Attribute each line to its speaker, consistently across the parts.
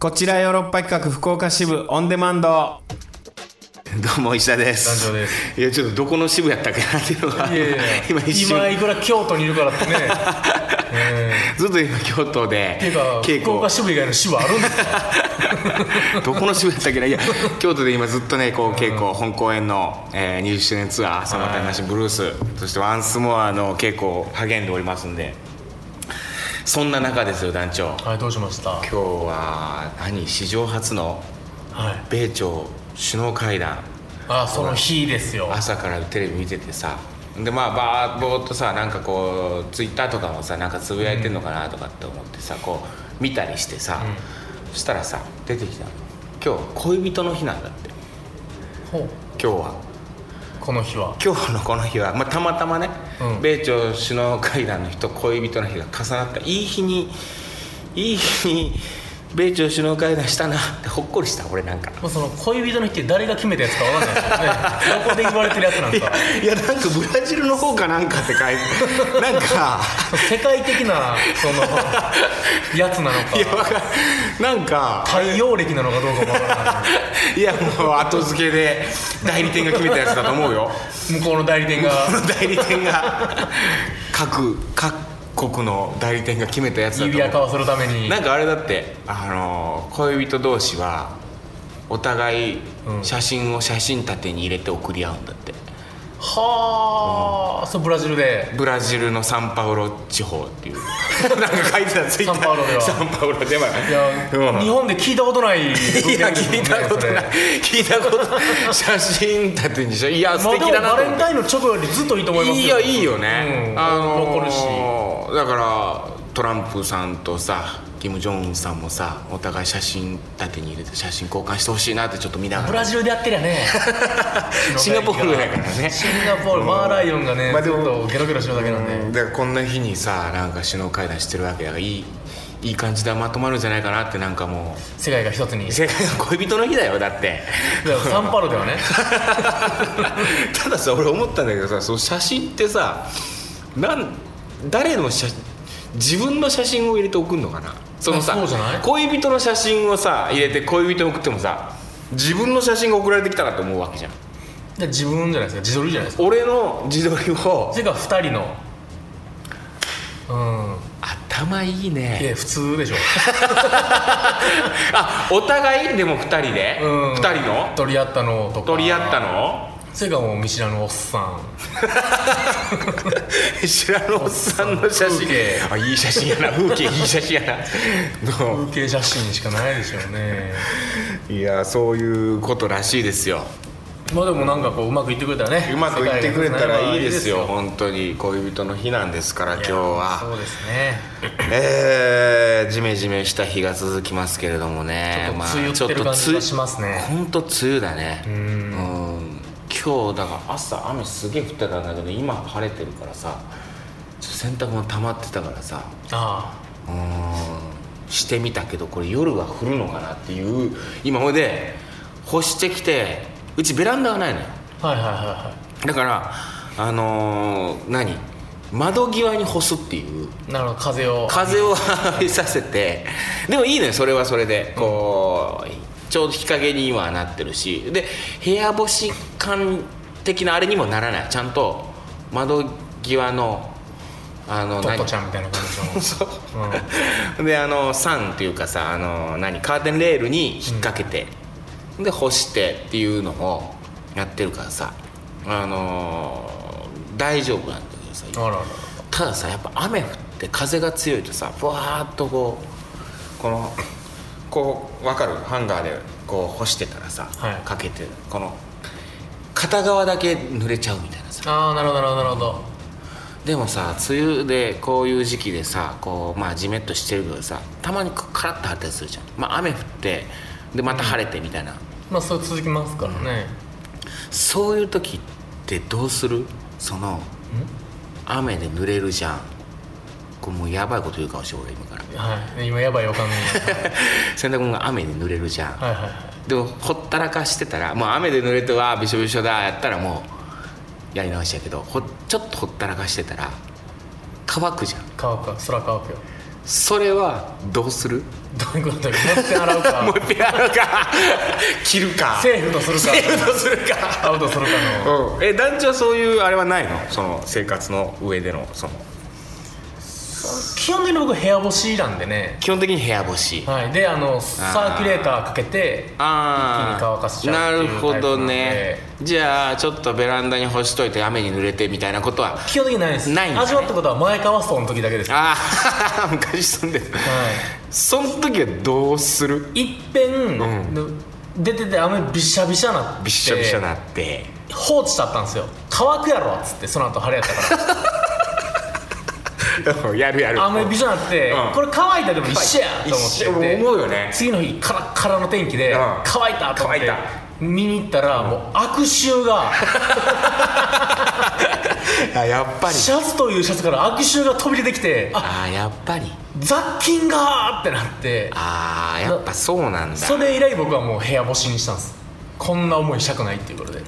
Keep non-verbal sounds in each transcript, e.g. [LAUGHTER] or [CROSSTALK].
Speaker 1: こちらヨーロッパ企画福岡支部オンデマンド
Speaker 2: [LAUGHS] どうも石田です
Speaker 3: 団長です
Speaker 2: いやちょっとどこの支部やったっけなっていうのが
Speaker 3: いやいや
Speaker 2: [LAUGHS] 今
Speaker 3: 今
Speaker 2: 一瞬
Speaker 3: いくら京都にいるか
Speaker 2: [LAUGHS]
Speaker 3: らってね、え
Speaker 2: ずっと今京都で
Speaker 3: ーっていうか
Speaker 2: 稽
Speaker 3: 福
Speaker 2: 古
Speaker 3: 岡支部以外の支部あるんですか
Speaker 2: どこの支部やったっけない
Speaker 3: [LAUGHS]
Speaker 2: や京都で今ずっとねこう稽古本公演の、えー、20周年ツアー「サマータイムマシンブルース」そしてワンスモアの稽古を励んでおりますんでそんな中ですよ団長今
Speaker 3: はいどうしましたは
Speaker 2: 日は何史上初の
Speaker 3: い
Speaker 2: 米朝首脳会談
Speaker 3: あその日ですよ
Speaker 2: 朝からテレビ見ててさでまあバーッぼーっとさなんかこうツイッターとかもさなんかつぶやいてんのかなとかって思ってさこう見たりしてさ、そしたらさ出てきたの今日恋人の日なんだって
Speaker 3: ほう
Speaker 2: 今日は
Speaker 3: この日は
Speaker 2: 今日のこの日は、まあ、たまたまね、
Speaker 3: うん
Speaker 2: 米朝首脳会談の日と恋人の日が重なったいい日にいい日に米朝首脳会談したなってほっこりした俺なんか
Speaker 3: もうその恋人の日って誰が決めたやつか分かんないですよねどこで言われてるやつな
Speaker 2: [LAUGHS]
Speaker 3: ん
Speaker 2: い
Speaker 3: か
Speaker 2: やいやなんかブラジルの方かなんかって書いてなんか
Speaker 3: その世界的なそのやつなの
Speaker 2: いや
Speaker 3: か
Speaker 2: わかなんか
Speaker 3: 太陽暦なのかどうかも分からない
Speaker 2: いやもう後付けで代理店が決めたやつだと思うよ
Speaker 3: 向こうの代理
Speaker 2: [LAUGHS]
Speaker 3: 店が
Speaker 2: この代理店が各各国の代理店が決めたやつだと
Speaker 3: 指輪
Speaker 2: 思う
Speaker 3: かわするために
Speaker 2: なんかあれだってあの恋人同士はお互い
Speaker 3: うん
Speaker 2: 写真を写真立てに入れて送り合うんだって、
Speaker 3: はあ、そうブラジルで
Speaker 2: ブラジルのサンパウロ地方っていう
Speaker 3: [LAUGHS]
Speaker 2: なんか書いてたつい
Speaker 3: サンパウロでは
Speaker 2: サンパウロではい
Speaker 3: や、
Speaker 2: うん
Speaker 3: 日本で聞いたことない
Speaker 2: いや聞いたことない
Speaker 3: い
Speaker 2: 聞いたこと写真立てにしょいや素敵だなと
Speaker 3: バレ
Speaker 2: 思
Speaker 3: ン
Speaker 2: って
Speaker 3: タインのチョコよりずっといいと思います
Speaker 2: いやいいよね、
Speaker 3: うん
Speaker 2: あのー
Speaker 3: 残るし
Speaker 2: だからトランプさんとさキム・ジョンウンさんもさお互い写真立てに入れて写真交換してほしいなってちょっと見なが
Speaker 3: ブ
Speaker 2: ら
Speaker 3: ラジルでやってりゃね
Speaker 2: シンガポールやからね
Speaker 3: シンガポールマーライオンがね、
Speaker 2: まあで
Speaker 3: ずっ
Speaker 2: も
Speaker 3: とゲロゲロしてるだけなんで、
Speaker 2: うんだからこんな日にさなんか首脳会談してるわけだからいいいい感じでまとまるんじゃないかなってなんかも
Speaker 3: 世界が一つ
Speaker 2: [LAUGHS]
Speaker 3: に
Speaker 2: う世界の恋人の日だよだって
Speaker 3: だからサンパウロではね
Speaker 2: [LAUGHS] たださ俺思ったんだけどさその写真ってさなん誰の写自分の写真を入れて送るのかなそのさ
Speaker 3: あそうじゃない
Speaker 2: 恋人の写真をさ入れて恋人に送ってもさ自分の写真が送られてきたなって思うわけじゃん
Speaker 3: で自分じゃないですか自撮りじゃないですか
Speaker 2: 俺の自撮りを
Speaker 3: それから二人のうん
Speaker 2: 頭いい
Speaker 3: い
Speaker 2: ね
Speaker 3: や普通
Speaker 2: [LAUGHS]
Speaker 3: でしょ
Speaker 2: あお互いでも2人で、二
Speaker 3: うん
Speaker 2: 2人の
Speaker 3: 取り合ったのとか
Speaker 2: 取り合った
Speaker 3: [LAUGHS]
Speaker 2: の
Speaker 3: それからもう見知らぬおっさん
Speaker 2: 知らぬおっさんの写真
Speaker 3: 風景
Speaker 2: あいい写真やな風景いい写真や
Speaker 3: [LAUGHS]
Speaker 2: などう
Speaker 3: 風景写真しかないでしょうね
Speaker 2: いやそういうことらしいですよ
Speaker 3: まあでもなんかこううまくいってくれたらね
Speaker 2: うまくいってくれたらいいですよ
Speaker 3: 世界が
Speaker 2: 本当に恋人の日なんですから今
Speaker 3: 繋がれ
Speaker 2: 日
Speaker 3: ばいいですよ
Speaker 2: は
Speaker 3: そうですね
Speaker 2: えー、ジメジメした日が続きますけれども
Speaker 3: ちょ
Speaker 2: ね
Speaker 3: っと梅雨ってる感じがしますね
Speaker 2: 本当梅雨だねうん今日だから朝雨すげえ降ってたんだけど今晴れてるからさちょっと洗濯物溜まってたからさ
Speaker 3: あ
Speaker 2: うーんしてみたけどこれ夜は降るのかなっていう今ほいで干してきてうちベランダがないのよ
Speaker 3: あはいはいはいは
Speaker 2: だからあのー何窓際に干すっていう
Speaker 3: いなるほど風を
Speaker 2: 風を浴びさせてでもいいのよそれはそれでこうちょうど日陰にはなってるしで部屋干し感的なあれにもならないちゃんと窓際のあの
Speaker 3: トッ
Speaker 2: 何
Speaker 3: トちゃんみたいな感
Speaker 2: [LAUGHS]
Speaker 3: じの
Speaker 2: そう
Speaker 3: うん
Speaker 2: であのサンっていうかさあの何カーテンレールに引っ掛けて、で干してっていうのをやってるからさあのー大丈夫なんだけどさ
Speaker 3: あらあら
Speaker 2: たださやっぱ雨降って風が強いとさふわーっとこうこのこう分かるハンガーでこう干してたらさ、
Speaker 3: はい
Speaker 2: かけてこの片側だけ濡れちゃうみたいなさ
Speaker 3: ああなるほどなるほどなるほど
Speaker 2: でもさ梅雨でこういう時期でさこうまあじめっとしてるけどさたまにこうカラッと晴れたりするじゃんまあ雨降ってでまた晴れてみたいな、
Speaker 3: まあそれ続きますからね
Speaker 2: そういう時ってどうするその雨で濡れるじゃんこれもうやばいこと言うかもしれない俺今から [LAUGHS]
Speaker 3: はいで今やばい予感が
Speaker 2: 洗濯物が雨で濡れるじゃん、
Speaker 3: はいはいはい
Speaker 2: でもほったらかしてたらもう雨で濡れてわあびしょびしょだやったらもうやり直しやけどほちょっとほったらかしてたら乾くじゃん
Speaker 3: 乾くわ空乾くよ
Speaker 2: それはどうする
Speaker 3: どういうことだっけもう一遍洗う
Speaker 2: もう
Speaker 3: か
Speaker 2: 一遍あるか切るか
Speaker 3: セーフとするか
Speaker 2: セーフとするか
Speaker 3: アウトするかの
Speaker 2: うんえ団長はそういうあれはないのその生活の上でのその
Speaker 3: 基本的に僕部屋干しなんでね
Speaker 2: 基本的に部屋干し
Speaker 3: はいであのサーキュレーターかけて
Speaker 2: あ
Speaker 3: 一気に乾かせ
Speaker 2: あ
Speaker 3: ちゃ
Speaker 2: な
Speaker 3: うって
Speaker 2: る
Speaker 3: いう
Speaker 2: ほど
Speaker 3: タイ
Speaker 2: ね
Speaker 3: プ
Speaker 2: じゃあちょっとベランダに干しといて雨に濡れてみたいなことは
Speaker 3: 基本的にないです
Speaker 2: ないんですね
Speaker 3: 味わったことは前川荘の時だけですは
Speaker 2: ああ [LAUGHS] 昔住んでたその時はどうする
Speaker 3: いいっぺん出てて雨びしゃびしゃなって
Speaker 2: びっしょびしょなって
Speaker 3: 放置しちゃったんですよ乾くやろっつってその後晴れやったか
Speaker 2: やるやる
Speaker 3: ら [LAUGHS] 雨びしょなって、
Speaker 2: うん
Speaker 3: これ乾いたでも一緒やと
Speaker 2: 一緒
Speaker 3: 思ってて
Speaker 2: 思うよね
Speaker 3: 次の日カラッカラの天気で、
Speaker 2: うん
Speaker 3: 乾いたと思って
Speaker 2: 乾いた
Speaker 3: 見に行ったら、もう悪臭が
Speaker 2: あやっぱり
Speaker 3: シャツというシャツから悪臭が飛び出てきてあ
Speaker 2: ああやっぱり
Speaker 3: 雑菌がーってなって
Speaker 2: ああやっぱそうなんだ
Speaker 3: それ以来僕はもう部屋干しにしたんですこんな思いしたくないっていうことで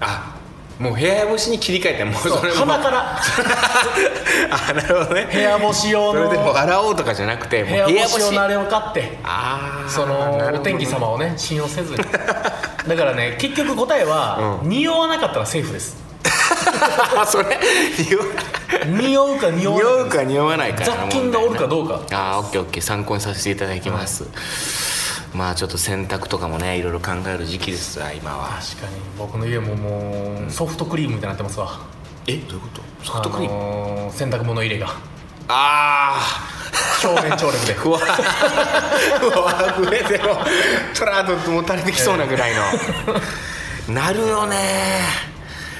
Speaker 2: あもう部屋干しに切り替えてもう
Speaker 3: そう
Speaker 2: それも
Speaker 3: 鼻から
Speaker 2: [LAUGHS] あなるほどね
Speaker 3: 部屋干し用
Speaker 2: それ
Speaker 3: の
Speaker 2: でもう
Speaker 3: 部
Speaker 2: 洗おうとかじゃなくてもう
Speaker 3: 屋干し用のあ
Speaker 2: あ
Speaker 3: れを買って
Speaker 2: あー
Speaker 3: そ
Speaker 2: なる
Speaker 3: の
Speaker 2: ほどね
Speaker 3: お天気様をね信用せずに [LAUGHS] だからね結局答えは、
Speaker 2: う
Speaker 3: 匂わなかったらセーフです
Speaker 2: あ [LAUGHS] それ匂う
Speaker 3: 匂うか匂わない
Speaker 2: 匂うか匂わないか
Speaker 3: 雑菌がおるか
Speaker 2: う
Speaker 3: どうか
Speaker 2: ああオッケーオッケー参考にさせていただきます、まあちょっと洗濯とかもねいろいろ考える時期ですわ今は
Speaker 3: 確かに僕の家ももうソフトクリームみたいになってますわ
Speaker 2: えどういうことソフトクリーム、
Speaker 3: あのー洗濯物入れが
Speaker 2: ああ
Speaker 3: 表面張
Speaker 2: [LAUGHS]
Speaker 3: 力で
Speaker 2: ふわふわふえてもトラーともたれてきそうなぐらいのなるよね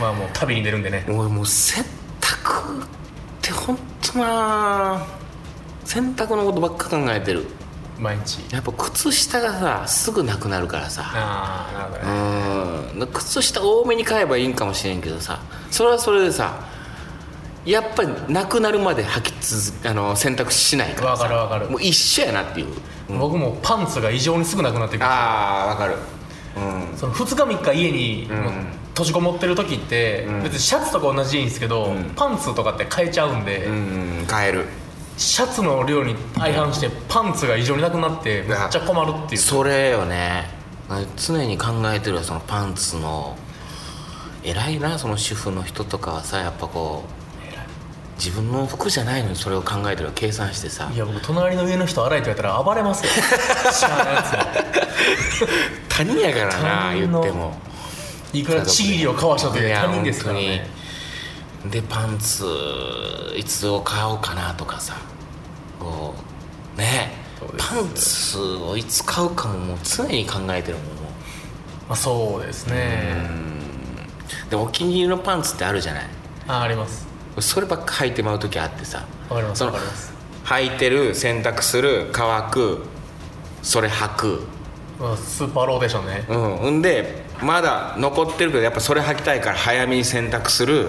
Speaker 3: まあもう旅に出るんでね
Speaker 2: 俺もう洗濯って本当な洗濯のことばっか考えてる
Speaker 3: 毎日
Speaker 2: やっぱ靴下がさすぐなくなるからさ
Speaker 3: ああなるほどね
Speaker 2: うん靴下多めに買えばいいんかもしれんけどさそれはそれでさやっぱりなくなるまで履き続けあの洗濯しないから
Speaker 3: わ
Speaker 2: さ
Speaker 3: かるわかる
Speaker 2: もう一緒やなっていう、
Speaker 3: 僕もパンツが異常にすぐなくなってくる
Speaker 2: ああわかるうん
Speaker 3: その2日3日家にもう閉じこもってる時って、
Speaker 2: ん
Speaker 3: 別にシャツとか同じでいいんですけど、パンツとかって変えちゃうんで、
Speaker 2: うん変える
Speaker 3: シャツの量に相反してパンツが異常になくなってめっちゃ困るっていう
Speaker 2: それよね常に考えてるよそのパンツの偉いなその主婦の人とかはさやっぱこう自分の服じゃないのにそれを考えてる計算してさ
Speaker 3: いや僕隣の家の人洗いとやったら暴れますよ知らない
Speaker 2: [LAUGHS]
Speaker 3: やつは
Speaker 2: 他人やからな
Speaker 3: 他
Speaker 2: 言
Speaker 3: 人の
Speaker 2: っても
Speaker 3: いくらちぎりをかわしたと
Speaker 2: い
Speaker 3: いう
Speaker 2: や
Speaker 3: 他人ですからね
Speaker 2: 本当にでパンツいつを買おうかなとかさこうね
Speaker 3: そうです
Speaker 2: パンツをいつ買うかももう常に考えてるもんもう
Speaker 3: まあ、そうですね
Speaker 2: でもお気に入りのパンツってあるじゃない
Speaker 3: ああります
Speaker 2: そればっか履いてまう時あってさ
Speaker 3: わかります
Speaker 2: その
Speaker 3: わかります
Speaker 2: 履いてる洗濯する乾くそれ履く
Speaker 3: まあスーパーローテーションね
Speaker 2: うんんでまだ残ってるけどやっぱそれ履きたいから早めに洗濯する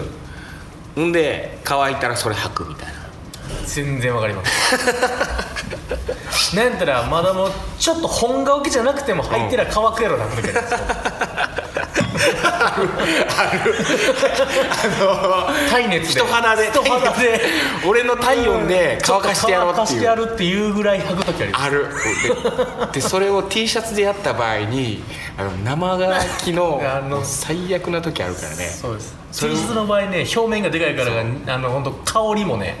Speaker 2: んで乾いたらそれ履くみたいな
Speaker 3: 全然わかります
Speaker 2: [LAUGHS]
Speaker 3: なんやったらまだもうちょっと本顔気じゃなくても履いてら乾くやろなって時ある [LAUGHS]
Speaker 2: あ
Speaker 3: 耐熱で
Speaker 2: 人肌で
Speaker 3: 人肌 [LAUGHS] で
Speaker 2: の俺の体温で乾かしてやろう
Speaker 3: ちょ
Speaker 2: ってい
Speaker 3: っと乾かし
Speaker 2: う
Speaker 3: てやるっていうぐらい履く時あります
Speaker 2: あるででそれを T シャツでやった場合にあの生乾きの
Speaker 3: あの
Speaker 2: もう最悪な時あるからね
Speaker 3: そうです
Speaker 2: それを
Speaker 3: T シャツの場合ね表面がでかいからがあの本当香りもね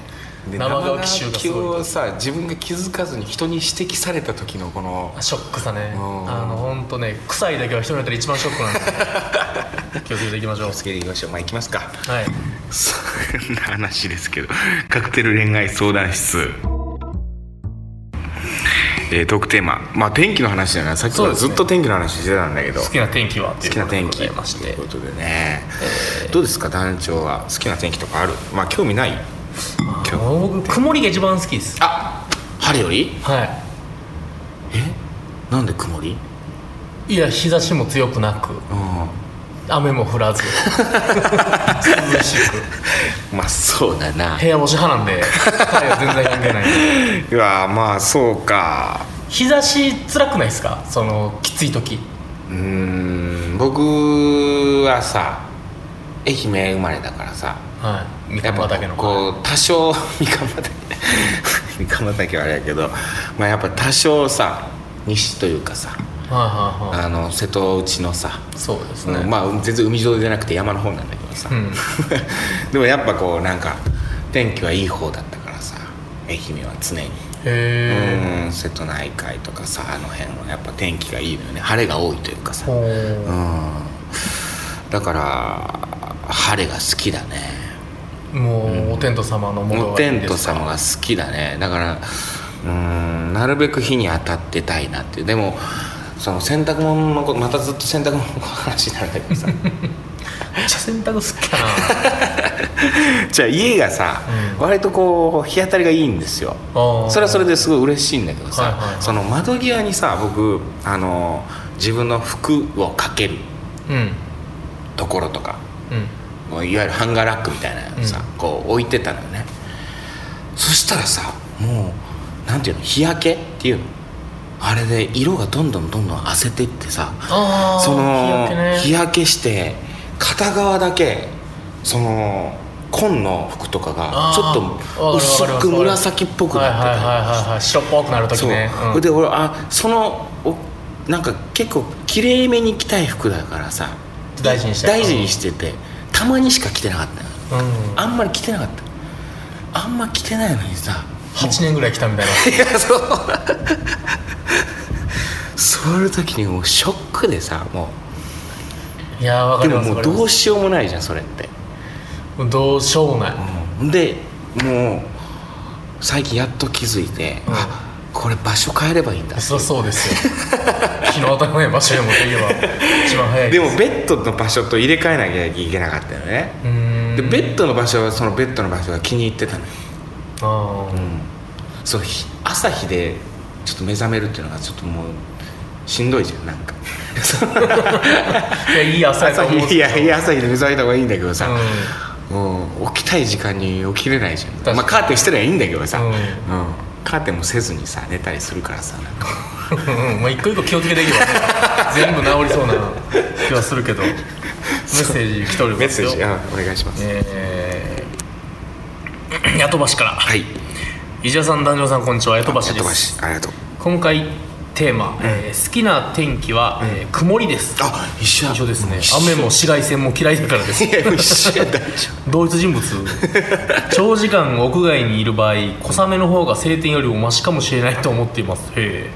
Speaker 2: で
Speaker 3: 生乾き臭
Speaker 2: 生
Speaker 3: がすごい
Speaker 2: 乾きをさ自分が気づかずに人に指摘された時のこの
Speaker 3: ショックさねあ
Speaker 2: うん
Speaker 3: の本当ね臭いだけは人によったら一番ショックなん
Speaker 2: [LAUGHS]
Speaker 3: で気をつけていきましょう
Speaker 2: つけていきましょうまあいきますか
Speaker 3: はい
Speaker 2: そんな話ですけどカクテル恋愛相談室えートークテーマまあ天気の話だよなさっき
Speaker 3: そう
Speaker 2: は
Speaker 3: ですね
Speaker 2: ずっと天気の話してたんだけど、
Speaker 3: 好きな天気はって
Speaker 2: 好き
Speaker 3: いうこと
Speaker 2: な
Speaker 3: で
Speaker 2: 天
Speaker 3: ご
Speaker 2: 気
Speaker 3: ざいまし
Speaker 2: とい
Speaker 3: て
Speaker 2: うことでね、どうですか団長は好きな天気とかあるまあ興味ない今日
Speaker 3: 僕曇りが一番好きです
Speaker 2: あ晴れより
Speaker 3: はい
Speaker 2: えなんで曇り
Speaker 3: いや日差しも強くなく雨も降ら
Speaker 2: [LAUGHS]
Speaker 3: ず涼し
Speaker 2: まあそうだな [LAUGHS]
Speaker 3: く部屋干し派なんで彼は全然関係ない
Speaker 2: いやまあそうか
Speaker 3: 日差し辛くないですかそのきつい時
Speaker 2: うーん僕はさ愛媛生まれだからさ
Speaker 3: はい三
Speaker 2: やっ
Speaker 3: 河
Speaker 2: ぱ
Speaker 3: 畑の
Speaker 2: こう多少三河畑 [LAUGHS] 三河畑はあれやけどまあやっぱ多少さ西というかさ
Speaker 3: はいはいは
Speaker 2: あの瀬戸内のさ、
Speaker 3: いそうです
Speaker 2: う
Speaker 3: ね、
Speaker 2: んまあ全然海沿いじゃなくて山の方なんだけどさ、
Speaker 3: うん
Speaker 2: [LAUGHS] でもやっぱこうなんか天気はいい方だったからさ愛媛は常に
Speaker 3: へえ、
Speaker 2: うん瀬戸内海とかさあの辺はやっぱ天気がいいのよね晴れが多いというかさ
Speaker 3: ほう
Speaker 2: うんだから晴れが好きだね
Speaker 3: もう、お天道様のもの
Speaker 2: お
Speaker 3: がいい
Speaker 2: 天
Speaker 3: で
Speaker 2: 道
Speaker 3: すか
Speaker 2: 様が好きだねだからうんなるべく日に当たってたいなっていうでもその洗濯物のことまたずっと洗濯物の話になるんだけ
Speaker 3: [LAUGHS]
Speaker 2: どさ
Speaker 3: めっちゃ洗濯好きかな
Speaker 2: [LAUGHS] じゃあ家がさ、
Speaker 3: うん
Speaker 2: 割とこう日当たりがいいんですよ
Speaker 3: あー
Speaker 2: それはそれですごい嬉しいんだけどさ、
Speaker 3: はいはいはい
Speaker 2: その窓際にさ僕あの自分の服をかける
Speaker 3: うんうん
Speaker 2: ところとかいわゆるハンガーラックみたいなのをさ、
Speaker 3: う
Speaker 2: こう置いてたのよねそしたらさもうなんていうの日焼けっていうのあれで色がどんどんどんどん褪せていってさ
Speaker 3: ああ
Speaker 2: その
Speaker 3: 日焼けね
Speaker 2: 日焼けして片側だけその紺の服とかがちょっと薄く紫っぽくなってた
Speaker 3: はいはいはいはい、はい、白っぽくなるとき
Speaker 2: そう、
Speaker 3: ねうん
Speaker 2: で俺あそのおなんか結構きれいめに着たい服だからさ
Speaker 3: 大事にして
Speaker 2: 大事にしててたまにしか着てなかったのよ
Speaker 3: うん
Speaker 2: あんまり着てなかったあんま着てないのにさ
Speaker 3: 8年ぐらい来たみたいない
Speaker 2: や
Speaker 3: [LAUGHS]
Speaker 2: そうそういう時にもうショックでさも
Speaker 3: いやーわ
Speaker 2: う
Speaker 3: か
Speaker 2: で
Speaker 3: り
Speaker 2: も
Speaker 3: ます
Speaker 2: もう
Speaker 3: わかり
Speaker 2: ど
Speaker 3: ま
Speaker 2: うしようもないじゃんそれって、
Speaker 3: すどうしようもない
Speaker 2: うん、でもう最近やっと気づいて、
Speaker 3: うん
Speaker 2: あこれ場所変えればいいんだ
Speaker 3: そりゃそうですよ [LAUGHS] 日の当たらない場所へ持っていけば一番早い
Speaker 2: ですもベッドの場所と入れ替えなきゃいけなかったよね
Speaker 3: うーん
Speaker 2: でベッドの場所はそのベッドの場所が気に入ってたのよ、
Speaker 3: あー
Speaker 2: そうひ朝日でちょっと目覚めるっていうのがちょっともうしんどいじゃんなんかそう
Speaker 3: いやいい朝やと
Speaker 2: 朝
Speaker 3: 思うんで
Speaker 2: 日
Speaker 3: す
Speaker 2: い
Speaker 3: けど
Speaker 2: やいや朝日で目覚めた方がいいんだけどさ、
Speaker 3: う
Speaker 2: うん起きたい時間に起きれないじ
Speaker 3: 確
Speaker 2: ゃ
Speaker 3: か
Speaker 2: ん、
Speaker 3: に
Speaker 2: まあ、カーテンしてりゃいいんだけどさ、
Speaker 3: う
Speaker 2: うんんカーテンもせずにさ寝たりするからさなんか
Speaker 3: うんまあ一個一個気をつけていけば [LAUGHS] ね全部治りそうな気はするけどメッセージ来ており
Speaker 2: メッ
Speaker 3: ます
Speaker 2: セー
Speaker 3: よ
Speaker 2: ジ、うんお願いします、
Speaker 3: えー、 [CLEARS THROAT] ヤトバシから
Speaker 2: はい
Speaker 3: 石田さん、男女さん、こんにちは。ヤトバシ
Speaker 2: やっ
Speaker 3: で
Speaker 2: とば
Speaker 3: す。
Speaker 2: しありがとう
Speaker 3: 今回テーマ、えー好きな天気は、えー曇りです。
Speaker 2: あ一緒や
Speaker 3: 一緒ですね
Speaker 2: 一緒。
Speaker 3: 雨も紫外線も嫌いだからです。
Speaker 2: いや一緒や大丈
Speaker 3: 同一人 [LAUGHS] 物長時間屋外にいる場合小雨の方が晴天よりもマシかもしれないと思っていますへ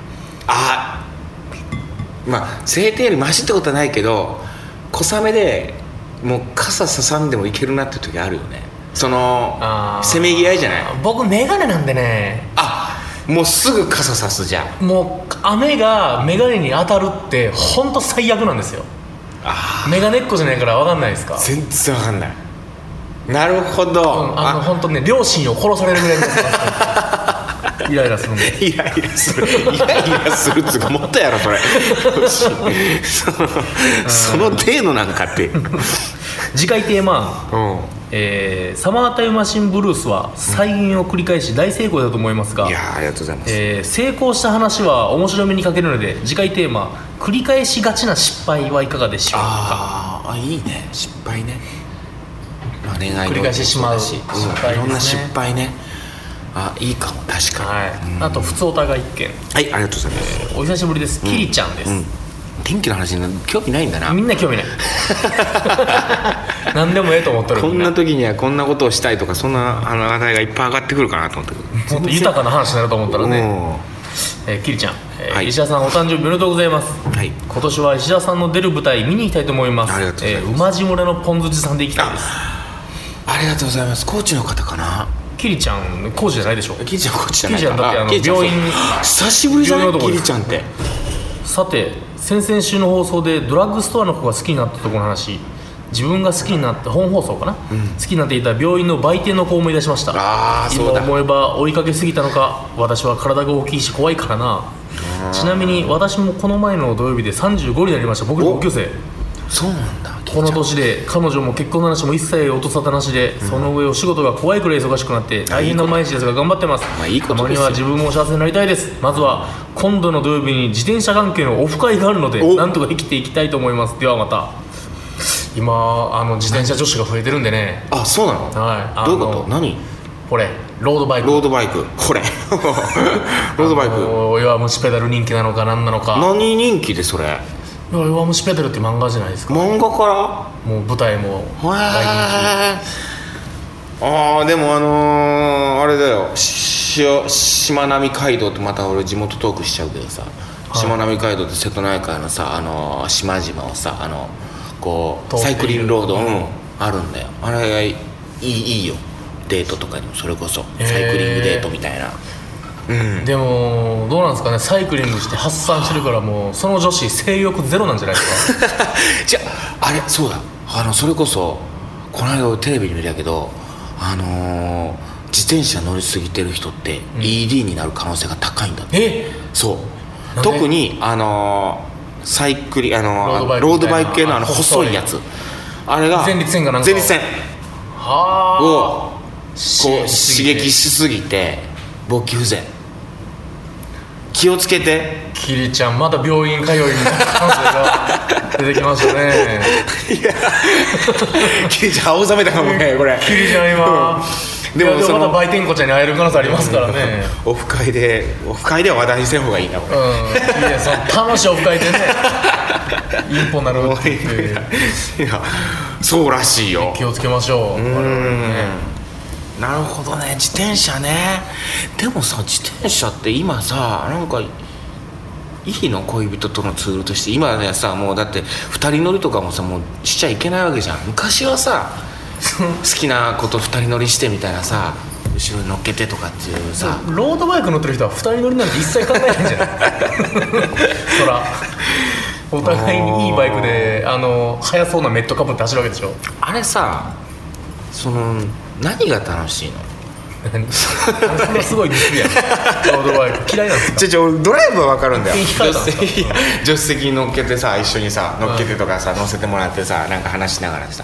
Speaker 2: 夫あまあ晴天よりマシってことはないけど小雨でもう傘ささんでもいけるなって時あるよねその
Speaker 3: あー
Speaker 2: せめぎ合いじゃない
Speaker 3: え僕眼鏡なんでね
Speaker 2: あもうすぐ傘さすじゃん
Speaker 3: もう雨が眼鏡に当たるって本当最悪なんですよ
Speaker 2: あ
Speaker 3: 眼鏡っこじゃないから分かんないですか
Speaker 2: 全然わかんないなるほど、
Speaker 3: うん、あの本当ね両親を殺されるぐらいの感じです [LAUGHS] イライラするんで
Speaker 2: イライラするイライラするっつうかもっとやろそれそのその程度なんかってうん
Speaker 3: 次回テーマ、えーサマータイムマシンブルース」は再現を繰り返し大成功だと思いますが、
Speaker 2: いやーありがとうございます、
Speaker 3: えー成功した話は面白みに欠けるので次回テーマ「繰り返しがちな失敗はいかがでしょう
Speaker 2: あーあいいね失敗ね、まあ、恋愛の
Speaker 3: 繰り返してしまう
Speaker 2: ことだしん
Speaker 3: 失敗ですね
Speaker 2: いろんな失敗ねあいいかも確かに
Speaker 3: はい
Speaker 2: うん
Speaker 3: あと普通お互い一件
Speaker 2: はいありがとうございます、
Speaker 3: お久しぶりですキリちゃんです、
Speaker 2: うん、天気の話に興味ないんだな
Speaker 3: みんな興味ない何でもええと思ってる
Speaker 2: こ
Speaker 3: み
Speaker 2: ん
Speaker 3: んな
Speaker 2: な
Speaker 3: も
Speaker 2: 時にはこんなことをしたいとかそんな話題がいっぱい上がってくるかなと思ったけど
Speaker 3: っと豊かな話になると思ったらね、
Speaker 2: ね
Speaker 3: えーキリちゃん、えー
Speaker 2: はい
Speaker 3: 石田さんお誕生日おめでとうございます
Speaker 2: はい
Speaker 3: 今年は石田さんの出る舞台見に行きたいと思います
Speaker 2: ありがとうございます
Speaker 3: えー馬路村のポン酢地さんで行きたいです
Speaker 2: ありがとうございますコーチの方かな
Speaker 3: キリちゃんコーチじゃないでしょ
Speaker 2: キリちゃんコーチじゃないか
Speaker 3: キリちゃんだってあの
Speaker 2: キリちゃん
Speaker 3: 病院
Speaker 2: そう久しぶりじゃな
Speaker 3: 病院
Speaker 2: い
Speaker 3: のとこ
Speaker 2: キ
Speaker 3: です
Speaker 2: リちゃんって
Speaker 3: さて先々週の放送でドラッグストアの子が好きになったところの話自分が好きになった本放送かな、好きになっていた病院の売店の子を思い出しました
Speaker 2: あー
Speaker 3: 今
Speaker 2: そうだ
Speaker 3: 思えば追いかけすぎたのか私は体が大きいし怖いからなちなみに私もこの前の土曜日で35になりました僕の同級生
Speaker 2: そうなんだキリ
Speaker 3: この
Speaker 2: ちゃん
Speaker 3: 年で彼女も結婚の話も一切落とさたなしで、その上お仕事が怖いくらい忙しくなって大変な毎日ですが頑張ってます
Speaker 2: まあいいこと
Speaker 3: たま
Speaker 2: で
Speaker 3: に
Speaker 2: すよ
Speaker 3: は自分も幸せになりたいですまずは今度の土曜日に自転車関係のオフ会があるので
Speaker 2: お
Speaker 3: なんとか生きていきたいと思いますではまた今あの自転車女子が増えてるんでね
Speaker 2: あそうなの、
Speaker 3: はい
Speaker 2: どういうこ
Speaker 3: あ
Speaker 2: と
Speaker 3: の
Speaker 2: 何
Speaker 3: これロードバイク
Speaker 2: ロードバイクこれ [LAUGHS] ロードバイク、
Speaker 3: あの弱虫ペダル人気なのか何なのか
Speaker 2: 何人気でそれ
Speaker 3: いや弱虫ペダルって漫画じゃないですか
Speaker 2: 漫画から
Speaker 3: もう舞台も大人
Speaker 2: ああーでもあのー、あれだよしししまなみ海道ってまた俺地元トークしちゃうけどさ
Speaker 3: い
Speaker 2: しまなみ海道って瀬戸内海のさ、あのー島々をさあのこう
Speaker 3: 通って
Speaker 2: サ
Speaker 3: い
Speaker 2: イ
Speaker 3: る
Speaker 2: クリングロード、うんあるんだよあれがいいいいいいよデートとかにもそれこそ
Speaker 3: へー
Speaker 2: サイクリングデートみたいな、うん
Speaker 3: 気でもどうなんですかねサイクリングして発散してるからもうその女子性欲ゼロなんじゃな
Speaker 2: [LAUGHS]
Speaker 3: いですか
Speaker 2: じゃああれそうだあのそれこそこの間俺テレビに見たけどあのー自転車乗りすぎてる人って
Speaker 3: ん
Speaker 2: ED になる可能性が高いんだって、
Speaker 3: え
Speaker 2: そう
Speaker 3: なんで
Speaker 2: 特にあのーサイクリあのー
Speaker 3: ロ
Speaker 2: ロ
Speaker 3: ー
Speaker 2: ー
Speaker 3: ド
Speaker 2: ド
Speaker 3: バ
Speaker 2: バ
Speaker 3: イ
Speaker 2: イ
Speaker 3: ク
Speaker 2: ク
Speaker 3: みたい
Speaker 2: 系のあの
Speaker 3: なあ
Speaker 2: 細いやつあれが
Speaker 3: 前立腺がなんか
Speaker 2: 前立腺
Speaker 3: は
Speaker 2: を
Speaker 3: あ
Speaker 2: こう刺激しすぎて勃起不全気をつけ
Speaker 3: [LAUGHS]
Speaker 2: て [LAUGHS]
Speaker 3: キリちゃんまた病院通いに感性が出てきましたね
Speaker 2: キリちゃん青ざめたかもねこれ
Speaker 3: キリちゃん今
Speaker 2: うんで
Speaker 3: で
Speaker 2: も
Speaker 3: もで
Speaker 2: そ
Speaker 3: も
Speaker 2: の
Speaker 3: また売店子ちゃんに会える可能性ありますから
Speaker 2: [LAUGHS]
Speaker 3: ね
Speaker 2: オフ会でオフ会では話題にせん方がいいなこ
Speaker 3: う
Speaker 2: れ
Speaker 3: んキリちゃんその楽しいオフ
Speaker 2: [LAUGHS]
Speaker 3: 会でねインポになるっていう
Speaker 2: [LAUGHS] いやそうらしいよ
Speaker 3: 気をつけましょう
Speaker 2: う
Speaker 3: 我々
Speaker 2: ん
Speaker 3: ね
Speaker 2: なるほどね自転車ねでもさ自転車って今さなんかいいの恋人とのツールとして今ねさもうだって2人乗りとかもさもうしちゃいけないわけじゃん昔はさ好きな子と2人乗りしてみたいなさ後ろに乗っけてとかっていうさ
Speaker 3: ロードバイク乗ってる人は二人乗りなんて一切考えないんじ [LAUGHS] ゃないそらお互いにいいバイクであの速そうなメットかぶって走るわけでしょ
Speaker 2: あれさその何が楽しいの
Speaker 3: 何そんなすごいディスるやんロードバイク嫌いなんですか
Speaker 2: ちょちょドライブは分かるんだよ
Speaker 3: 一
Speaker 2: 助
Speaker 3: 気に引かれたん
Speaker 2: 手いや助手席に乗っけてさ一緒にさ乗っけてとかさ乗せてもらってさなんか話しながらさ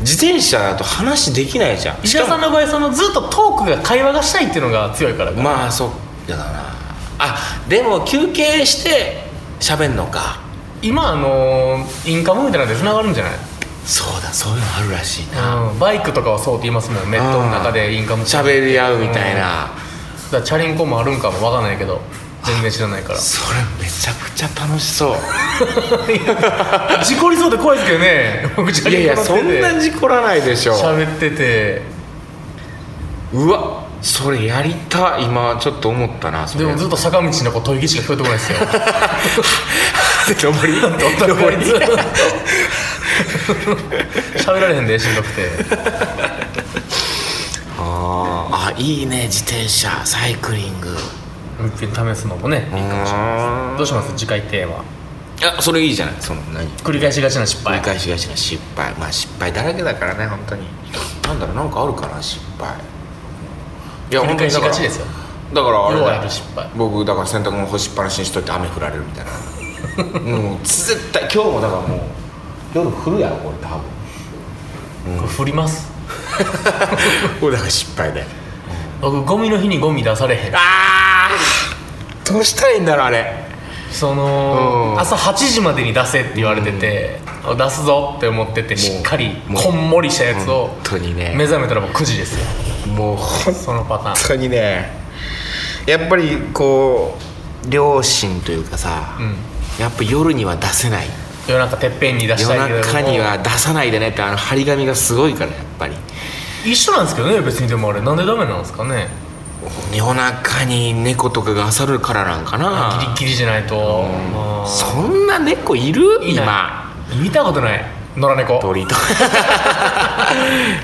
Speaker 2: 自転車だと話できないじゃん
Speaker 3: 石川さんの場合そのずっとトークが会話がしたいっていうのが強いから
Speaker 2: まあそうだからなあでも休憩して喋んのか
Speaker 3: 今あのーインカムみたいなのでつながるんじゃない、
Speaker 2: そうだそういうのあるらしいな
Speaker 3: うん、バイクとかはそうって言いますもんネットの中でインカムって
Speaker 2: 喋り合うみたいな、
Speaker 3: だからチャリンコもあるんかもわかんないけど全然知らないから
Speaker 2: それめちゃくちゃ楽しそう
Speaker 3: 事故りそうで怖いですけどね僕チ
Speaker 2: [LAUGHS]
Speaker 3: ャ
Speaker 2: いやい
Speaker 3: リン
Speaker 2: や
Speaker 3: コ乗
Speaker 2: そ
Speaker 3: って
Speaker 2: ん
Speaker 3: て
Speaker 2: な事故らないでしょ
Speaker 3: 喋ってて
Speaker 2: うわそれやりたい今ちょっと思ったなそ
Speaker 3: で
Speaker 2: れ
Speaker 3: もずっと坂道のこう吐息しか聞こえてこないです
Speaker 2: 上
Speaker 3: よ
Speaker 2: り
Speaker 3: 上りずっと喋られへんでしんどくて
Speaker 2: あーあいいね自転車サイクリング
Speaker 3: 運転試すのもねいいかもしれないどうします次回テーマ
Speaker 2: あそれいいじゃないその何
Speaker 3: 繰り返しがちな失敗
Speaker 2: 繰り返しがちな失敗まあ失敗だらけだからね本当になんだろうなんかあるかな失敗いや
Speaker 3: 繰り返し
Speaker 2: 本当にだから
Speaker 3: がちですよ
Speaker 2: だからあれ
Speaker 3: 要は
Speaker 2: だ
Speaker 3: やる
Speaker 2: よ
Speaker 3: 失敗
Speaker 2: 僕だから洗濯物干しっぱなしにしといて雨降られるみたい [LAUGHS] なもう絶対今日もだからもう夜降るやろこれ多分
Speaker 3: これ振ります
Speaker 2: [LAUGHS] これだから失敗で
Speaker 3: 僕ゴミの日にゴミ出されへん
Speaker 2: ああどうしたらいいんだろうあれ
Speaker 3: その
Speaker 2: うん
Speaker 3: 朝8時までに出せって言われてて、出すぞって思っててしっかり
Speaker 2: もう
Speaker 3: こんもりしたやつを
Speaker 2: 本当にね
Speaker 3: 目覚めたらもう9時ですよ
Speaker 2: もう本
Speaker 3: そのパター
Speaker 2: 本当にねやっぱりこう両親というかさ、
Speaker 3: ン、うん、
Speaker 2: やっぱ夜には出せない
Speaker 3: 夜中てっぺんに出した
Speaker 2: 夜
Speaker 3: いけれども
Speaker 2: 中には出さないでねってあの張り紙がすごいからやっぱり
Speaker 3: 一緒なんですけどね別にでもあれなんでダメなんですかね
Speaker 2: 夜中に猫とかが漁るからなんか
Speaker 3: ギリ
Speaker 2: な
Speaker 3: ギリじゃないと、まあ
Speaker 2: そんな猫いる
Speaker 3: いない
Speaker 2: 今
Speaker 3: 見たことない野良猫
Speaker 2: 鳥と
Speaker 3: [LAUGHS]
Speaker 2: か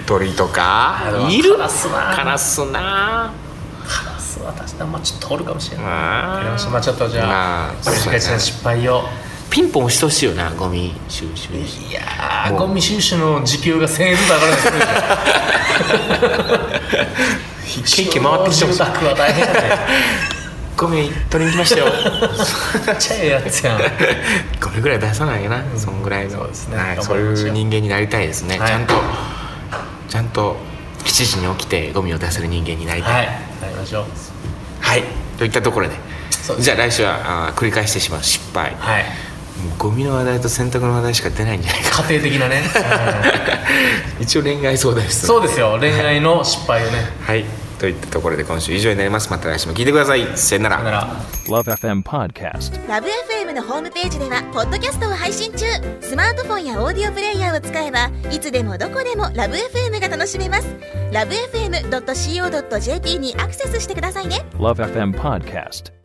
Speaker 2: 鳥と
Speaker 3: あれ
Speaker 2: か
Speaker 3: はい
Speaker 2: る
Speaker 3: カラスな
Speaker 2: カラスな
Speaker 3: カラスは確かにまあちょっとおるかもしれないわ
Speaker 2: あ
Speaker 3: かりましたまあちょっとじゃあ
Speaker 2: まあ
Speaker 3: 繰り返しの失敗を
Speaker 2: ピンポンしてほしいよなゴミ収集
Speaker 3: いやーゴミ収集の時給が1000円ずつ上がるんですよ
Speaker 2: [LAUGHS] 一軒一軒回ってきてほしい
Speaker 3: 集宅は大変やね
Speaker 2: ゴミ取りに来ましたよ
Speaker 3: めっちゃええやつやん
Speaker 2: [LAUGHS] これぐらい出さないよな、そんぐらいの
Speaker 3: そうですね
Speaker 2: はい、
Speaker 3: 頑
Speaker 2: そ
Speaker 3: 張
Speaker 2: う
Speaker 3: りましょう
Speaker 2: いう人間になりたいですね、
Speaker 3: はい
Speaker 2: ちゃんとちゃんと7時に起きてゴミを出せる人間になりたい
Speaker 3: はいやりましょう
Speaker 2: はい、といったところで
Speaker 3: そうです
Speaker 2: じゃあ来週はあー繰り返してしまう失敗
Speaker 3: はい
Speaker 2: もうゴミの話題と洗濯の話題しか出ないんじゃないか
Speaker 3: 家庭的なね、 [LAUGHS]
Speaker 2: [LAUGHS] 一応恋愛相談
Speaker 3: うん
Speaker 2: 室
Speaker 3: そうですよ恋愛の失敗をね
Speaker 2: はいといったところで今週以上になりますまた来週も聞いてくださいさよな
Speaker 3: だ
Speaker 2: ら
Speaker 3: から
Speaker 4: Love FM Podcast.
Speaker 5: ラブ f m のホームページではポッドキャストを配信中スマートフォンやオーディオプレイヤーを使えばいつでもどこでもラブ f m が楽しめますラブ FM.co.jp にアクセスしてくださいね
Speaker 4: Love FM Podcast.